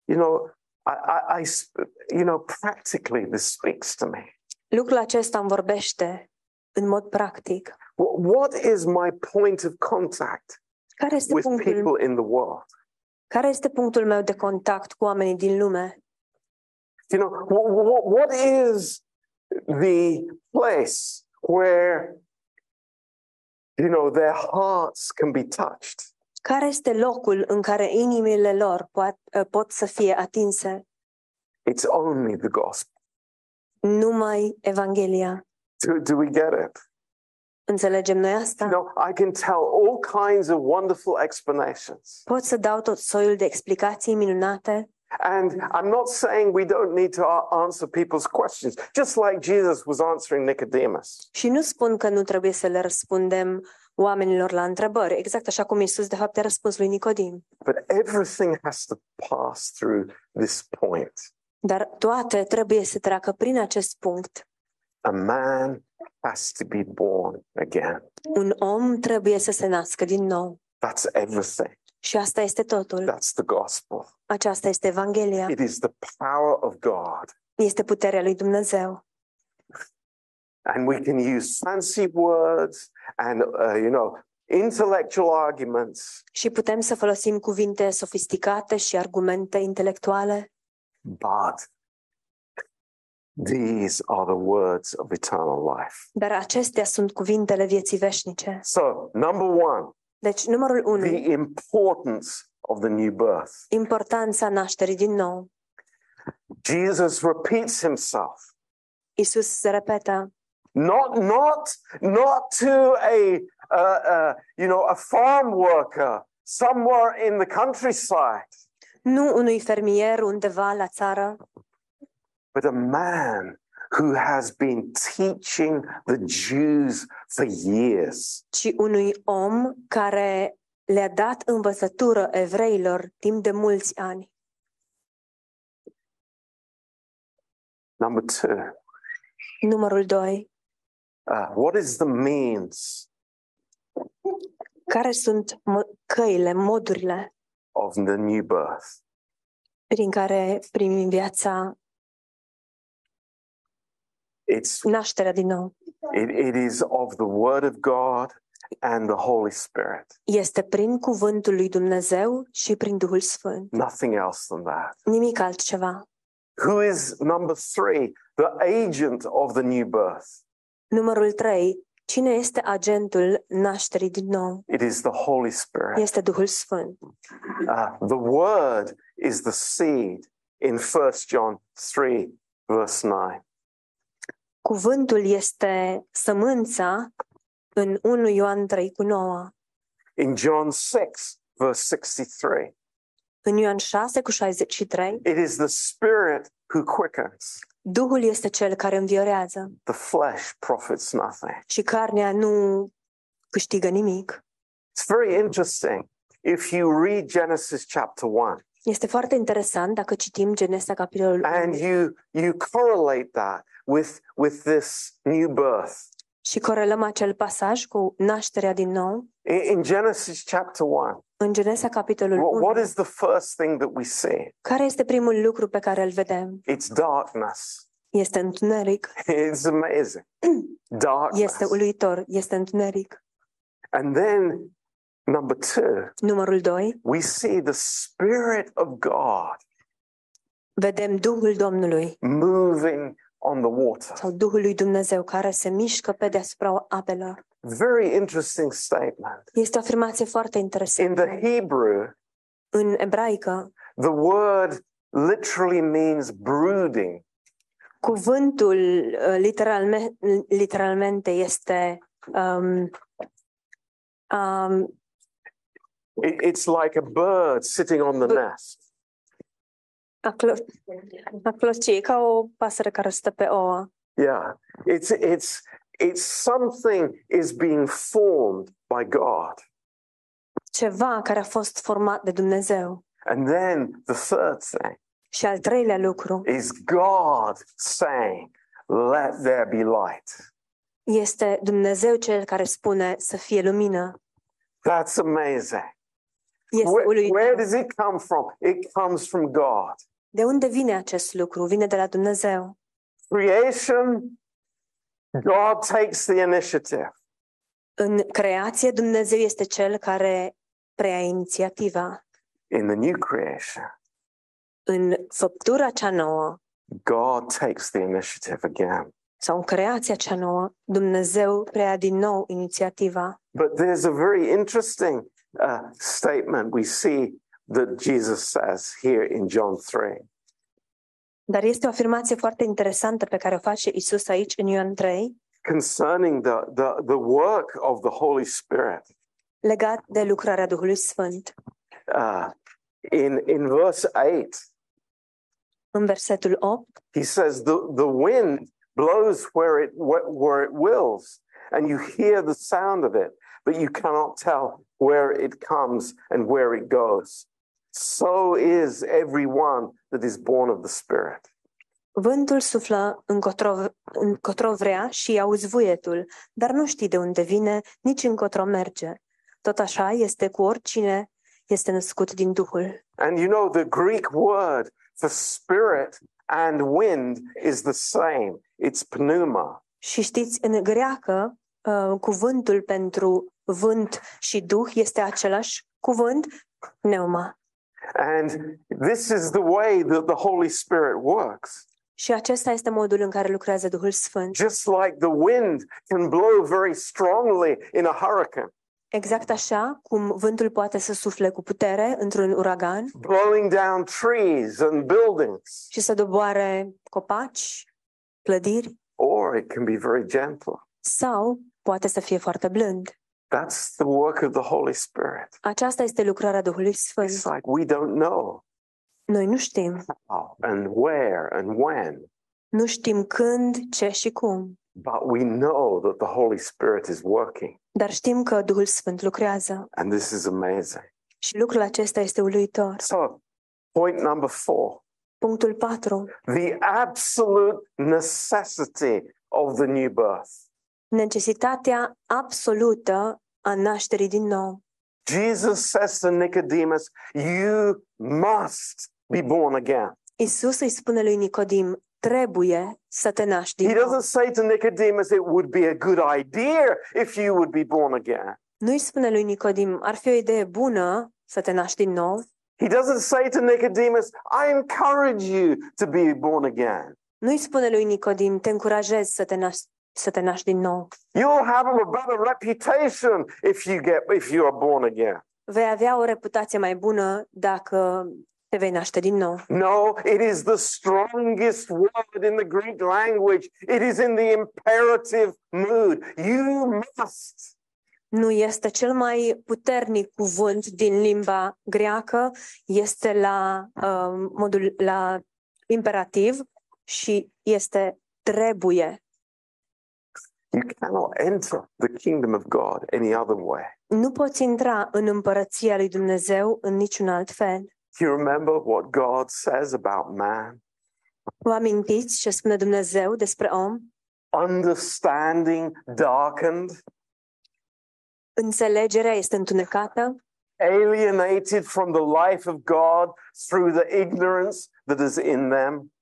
S1: you know, I, I, I sp- you know, practically this speaks to me.
S2: Lucrul acesta îmi vorbește în mod practic.
S1: Wh- What is my point of contact
S2: Care este
S1: with
S2: punctul
S1: people in the world?
S2: Care este punctul meu de contact cu oamenii din lume?
S1: You know, wh- wh- what is the place where, you know, their hearts can be touched?
S2: Care este locul în care inimile lor pot, pot să fie atinse?
S1: It's only the gospel.
S2: Numai Evanghelia.
S1: Do, do we get it?
S2: Înțelegem noi
S1: You
S2: asta?
S1: know, I can tell all kinds of wonderful explanations.
S2: Pot să dau tot soiul de explicații minunate
S1: And I'm not saying we don't need to a- answer people's questions, just like Jesus was answering Nicodemus.
S2: și nu spun că nu trebuie să le răspundem oamenilor la întrebări, exact așa cum Isus de fapt a răspuns lui Nicodim.
S1: But everything has to pass through this point.
S2: Dar toate trebuie să treacă prin acest punct.
S1: A man has to be born again.
S2: Un om trebuie să se nască din nou.
S1: That's everything.
S2: Și asta este totul.
S1: That's the gospel.
S2: Aceasta este Evanghelia.
S1: It is the power of God.
S2: este puterea lui Dumnezeu.
S1: And we can use fancy words and, uh, you know, intellectual arguments,
S2: Și putem să folosim cuvinte sofisticate și argumente intelectuale,
S1: but these are the words of eternal life.
S2: dar acestea sunt cuvintele vieții veșnice.
S1: So, number one,
S2: Deci, numărul 1,
S1: the importance of the new birth.
S2: importanța nașterii din nou.
S1: Jesus repeats himself,
S2: Isus se repetă,
S1: not, not, not to a, uh, uh, you know, a farm worker somewhere in the countryside.
S2: nu unui fermier undeva la țară,
S1: but a man who has been teaching the Jews for years.
S2: ci unui om care le-a dat învățătură evreilor timp de mulți ani.
S1: Number two,
S2: Numărul 2.
S1: uh, what is the means
S2: Care sunt mă- căile, modurile
S1: of the new birth?
S2: prin care primim viața,
S1: It's
S2: nașterea din nou?
S1: it, it is of the Word of God and the Holy Spirit.
S2: Este prin cuvântul lui Dumnezeu și prin Duhul Sfânt.
S1: Nothing else than that.
S2: Nimic altceva.
S1: Who is number three? The agent of the new birth.
S2: Numărul 3. Cine este agentul nașterii din nou?
S1: It is the Holy Spirit.
S2: Este Duhul Sfânt.
S1: Uh, the Word is the seed in 1 John 3, verse 9.
S2: Cuvântul este sămânța în 1 Ioan 3 cu 9,
S1: In John 6, verse 63,
S2: în Ioan 6 cu 63.
S1: it is the Spirit who quickens.
S2: Duhul este cel care înviorează
S1: The flesh profits nothing.
S2: și carnea nu câștigă nimic.
S1: It's very interesting. If you read Genesis chapter 1
S2: Este foarte interesant dacă citim Genesa capitolul
S1: and
S2: 1
S1: you, you correlate that with, with this new birth,
S2: și corelăm acel pasaj cu nașterea din nou.
S1: in, in Genesis chapter 1,
S2: În Genesa capitolul
S1: What,
S2: 1,
S1: what is the first thing that we see?
S2: care este primul lucru pe care îl vedem?
S1: It's darkness.
S2: Este întuneric.
S1: It's amazing. Darkness.
S2: Este uluitor, este întuneric.
S1: And then, number two,
S2: Numărul 2,
S1: we see the Spirit of God
S2: vedem Duhul Domnului
S1: moving on the water.
S2: sau Duhul lui Dumnezeu care se mișcă pe deasupra apelor.
S1: Very interesting statement.
S2: Este o afirmație foarte
S1: In the
S2: interesantă.
S1: Hebrew,
S2: În ebraică,
S1: the word literally means brooding,
S2: cuvântul uh, literalme, literalmente este um, um,
S1: It- it's like a bird sitting on the nest.
S2: a, clo- a cloci, ca o pasăre care stă pe ouă.
S1: Yeah, it's it's it's something is being formed by God.
S2: Ceva care a fost format de Dumnezeu.
S1: And then the third thing
S2: Și al treilea lucru
S1: is God saying, "Let there be light."
S2: este Dumnezeu cel care spune să fie lumină.
S1: That's amazing.
S2: Este
S1: Where, where
S2: uluitor.
S1: does it come from? It comes from God.
S2: De unde vine acest lucru? Vine de la Dumnezeu.
S1: Creation. God takes the initiative.
S2: În creație, Dumnezeu este cel care preia inițiativa.
S1: In the new creation,
S2: În făptura cea nouă
S1: God takes the initiative again.
S2: sau în creația cea nouă, Dumnezeu preia din nou inițiativa.
S1: But there's a very interesting uh, statement we see that Jesus says here in John 3.
S2: Dar este o afirmație foarte interesantă pe care o face Isus aici în Ioan 3,
S1: concerning the, the, the work of the Holy Spirit.
S2: legat de lucrarea Duhului Sfânt.
S1: Uh, in, in verse 8,
S2: În versetul 8,
S1: he says, the, the wind blows where it, wh- where it wills, and you hear the sound of it, but you cannot tell where it comes and where it goes. So is everyone that is born of the Spirit.
S2: Vântul suflă încotro, încotro vrea și auzi vuietul, dar nu știi de unde vine, nici încotro merge. Tot așa este cu oricine este născut din Duhul.
S1: And you know, the Greek word for spirit and wind is the same it's pneuma.
S2: Și știți, în greacă, uh, cuvântul pentru vânt și duh este același cuvânt, pneuma.
S1: And this is the way that the Holy Spirit works.
S2: Și acesta este modul în care lucrează Duhul Sfânt.
S1: Just like the wind can blow very strongly in a hurricane,
S2: Exact așa cum vântul poate să sufle cu putere într-un uragan
S1: blowing down trees and buildings,
S2: și să doboare copaci, clădiri,
S1: or it can be very gentle.
S2: sau poate să fie foarte blând.
S1: That's the work of the Holy Spirit.
S2: Aceasta este lucrarea Duhului Sfânt.
S1: It's like we don't know
S2: Noi nu știm
S1: how and where and when,
S2: Nu știm când, ce și cum,
S1: But we know that the Holy Spirit is working,
S2: dar știm că Duhul Sfânt lucrează
S1: and this is amazing.
S2: și lucrul acesta este uluitor.
S1: So, point number four
S2: Punctul 4.
S1: the absolute necessity of the new birth.
S2: Necesitatea absolută a nașterii din nou.
S1: Jesus says to Nicodemus, You must be born again.
S2: Isus îi spune lui Nicodim, trebuie să te naști din
S1: He
S2: nou.
S1: doesn't say to Nicodemus, It would be a good idea if you would be born again.
S2: Nu îi spune lui Nicodim, ar fi o idee bună să te naști din nou.
S1: He doesn't say to Nicodemus, I encourage you to be born again.
S2: Nu îi spune lui Nicodim, te încurajez să te naști, să te naști din nou.
S1: You'll have a better reputation if you get if you are born again.
S2: Vei avea o reputație mai bună dacă te vei naște din nou.
S1: No, it is the strongest word in the Greek language. It is in the imperative mood. You must.
S2: Nu este cel mai puternic cuvânt din limba greacă, este la uh, modul la imperativ și este trebuie.
S1: You cannot enter the kingdom of God any other way.
S2: Nu poți intra în împărăția lui Dumnezeu în niciun alt fel.
S1: Do you remember what God says about man?
S2: Vă amintiți ce spune Dumnezeu despre om?
S1: Understanding darkened,
S2: Înțelegerea este întunecată,
S1: alienated from the life of God through the ignorance that is in them.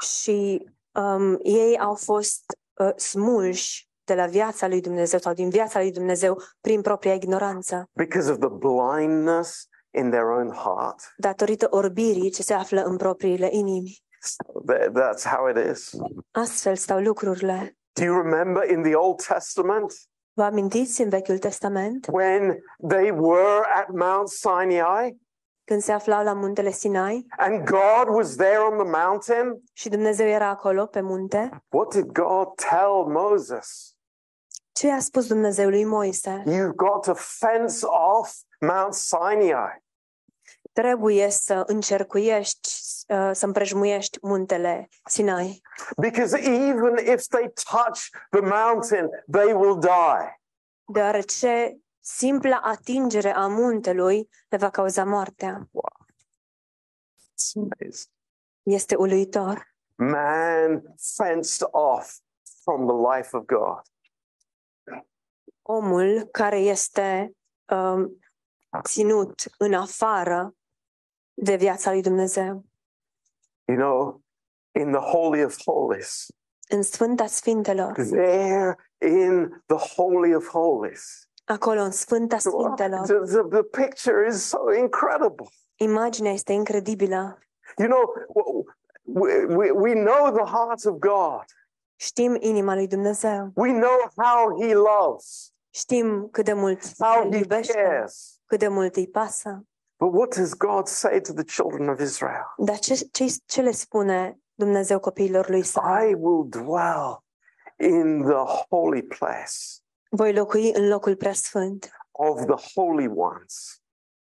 S2: și um, ei au fost uh, smulși de la viața lui Dumnezeu sau din viața lui Dumnezeu prin propria ignoranță,
S1: because of the blindness in their own heart.
S2: datorită orbirii ce se află în propriile inimi.
S1: Th- That's how it is.
S2: Astfel stau lucrurile.
S1: Do you remember in the Old Testament
S2: Vă amintiți în Vechiul Testament,
S1: when they were at Mount Sinai
S2: când se aflau la muntele Sinai
S1: and God was there on the mountain?
S2: și Dumnezeu era acolo pe munte?
S1: What did God tell Moses?
S2: Ce i-a spus Dumnezeu lui Moise?
S1: You've got to fence off Mount Sinai.
S2: Trebuie să încercuiești, uh, să împrejmuiești muntele Sinai,
S1: Because even if they touch the mountain, they will die.
S2: deoarece simpla atingere a muntelui le va cauza moartea.
S1: It's amazing.
S2: Este uluitor.
S1: Man fenced off from the life of God.
S2: Omul care este um, ținut în afară de viața lui Dumnezeu.
S1: You know, in the Holy of Holies,
S2: În Sfânta Sfintelor,
S1: there in the Holy of Holies.
S2: acolo în Sfânta Sfintelor,
S1: The, the- the picture is so incredible.
S2: imaginea este incredibilă.
S1: You know, w- w- we, we know the heart of God,
S2: Știm inima lui Dumnezeu,
S1: we know how He loves,
S2: știm cât de mult
S1: how
S2: îl
S1: He
S2: iubește,
S1: cares.
S2: cât de mult îi pasă.
S1: But what does God say to the children of Israel?
S2: Dar ce, ce, ce le spune Dumnezeu copiilor lui Israel?
S1: I will dwell in the holy place
S2: Voi locui în locul preasfânt,
S1: of the holy ones.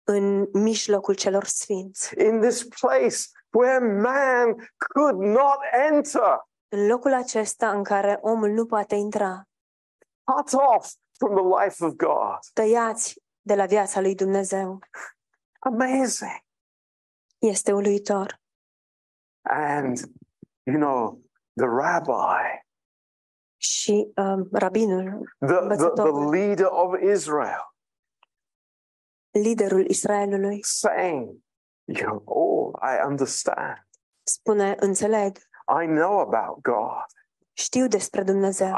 S2: în mijlocul celor sfinți,
S1: in this place where man could not enter,
S2: în locul acesta în care omul nu poate intra,
S1: cut off from the life of God.
S2: tăiați de la viața lui Dumnezeu.
S1: Amazing.
S2: Este uluitor.
S1: And, you know, the rabbi,
S2: Și um, rabinul,
S1: the, the, the
S2: Învățătorul.
S1: leader of Israel,
S2: liderul Israelului,
S1: saying, you know, oh, I understand.
S2: spune, înțeleg,
S1: I know about God.
S2: știu despre Dumnezeu.
S1: I,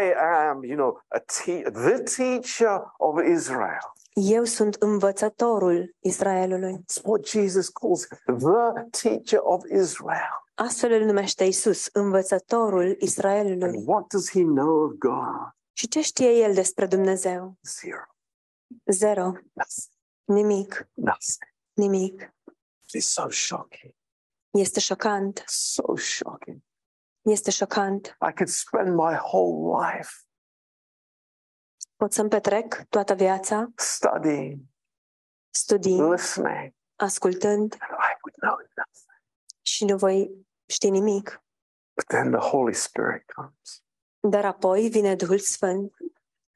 S1: I, I am, you know, a te- the teacher of Israel.
S2: Eu sunt învățătorul Israelului.
S1: It's what Jesus calls the teacher of Israel.
S2: Astfel îl numește Isus, învățătorul Israelului.
S1: And what does he know of God?
S2: Și ce știe el despre Dumnezeu?
S1: Zero.
S2: Zero.
S1: Nothing.
S2: Nimic.
S1: Nothing.
S2: Nimic.
S1: It's so shocking.
S2: Este șocant.
S1: So shocking.
S2: Este șocant.
S1: I could spend my whole life
S2: Pot să-mi petrec toată viața
S1: studying,
S2: studiind,
S1: listening,
S2: ascultând
S1: and I would know nothing.
S2: și nu voi ști nimic.
S1: But then the Holy Spirit comes,
S2: Dar apoi vine Duhul Sfânt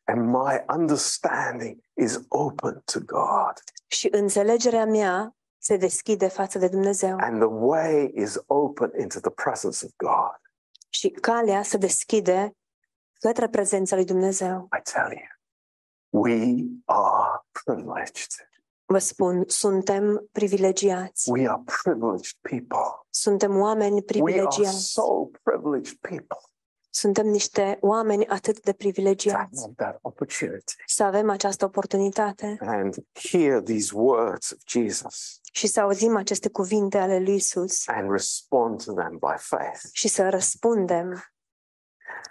S1: and my understanding is open to God,
S2: și înțelegerea mea se deschide față de Dumnezeu
S1: and the way is open into the presence of God.
S2: și calea se deschide către prezența lui Dumnezeu.
S1: I tell you, we are privileged.
S2: Vă spun, suntem privilegiați.
S1: We are privileged people.
S2: Suntem oameni
S1: We are
S2: privilegiați.
S1: so privileged people
S2: Suntem niște oameni atât de
S1: to have
S2: privilegiați
S1: that opportunity
S2: să avem această oportunitate
S1: and hear these words of Jesus
S2: și să auzim aceste cuvinte ale lui Isus
S1: and respond to them by faith.
S2: și să răspundem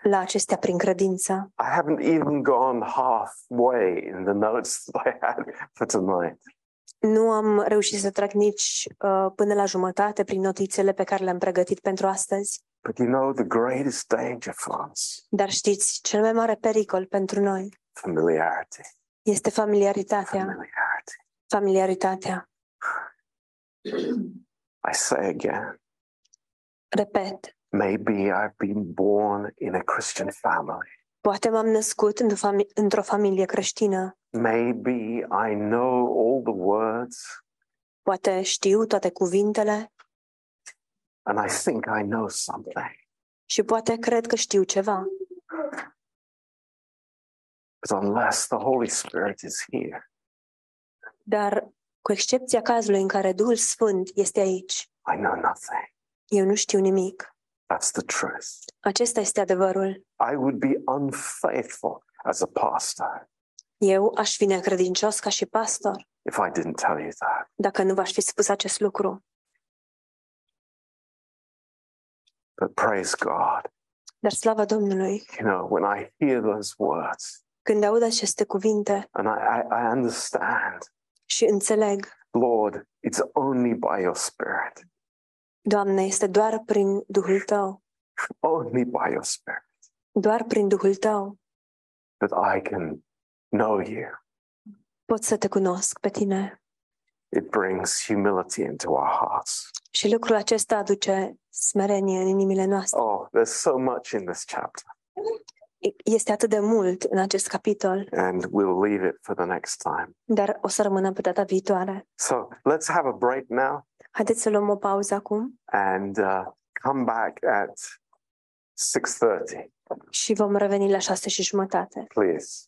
S2: la acestea prin credință.
S1: I haven't even gone halfway in the notes that I had for tonight.
S2: Nu am reușit să trec nici uh, până la jumătate prin notițele pe care le-am pregătit pentru astăzi,
S1: But you know, the greatest danger for us
S2: dar știți, cel mai mare pericol pentru noi
S1: familiarity.
S2: este familiaritatea.
S1: Familiarity.
S2: Familiaritatea.
S1: I say again,
S2: Repet,
S1: maybe I've been born in a Christian family.
S2: poate m-am născut într-o, fami- într-o familie creștină,
S1: Maybe I know all the words
S2: poate știu toate cuvintele
S1: and I think I know something,
S2: și poate cred că știu ceva,
S1: but unless the Holy Spirit is here,
S2: dar cu excepția cazului în care Duhul Sfânt este aici,
S1: I know nothing.
S2: eu nu știu nimic.
S1: That's the truth.
S2: Acesta este adevărul.
S1: I would be unfaithful as a pastor
S2: Eu aș fi necredincios ca și pastor
S1: if I didn't tell you that.
S2: dacă nu v-aș fi spus acest lucru.
S1: But praise God,
S2: Dar slavă Domnului,
S1: you know, when I hear those words
S2: când aud aceste cuvinte
S1: and I, I, I understand,
S2: și înțeleg,
S1: Lord, it's only by your Spirit,
S2: Doamne, este doar prin Duhul Tău,
S1: only by your Spirit
S2: doar prin Duhul Tău
S1: that I can know you.
S2: pot să te cunosc pe tine.
S1: It brings humility into our hearts.
S2: Și lucrul acesta aduce smerenie în inimile noastre.
S1: Oh, there's so much in this chapter,
S2: Este atât de mult în acest capitol,
S1: and we'll leave it for the next time.
S2: dar o să rămână pe data viitoare.
S1: So let's have a break now
S2: Haideți să luăm o pauză acum
S1: and uh, come back at 6.30,
S2: și vom reveni la șase și jumătate.
S1: please.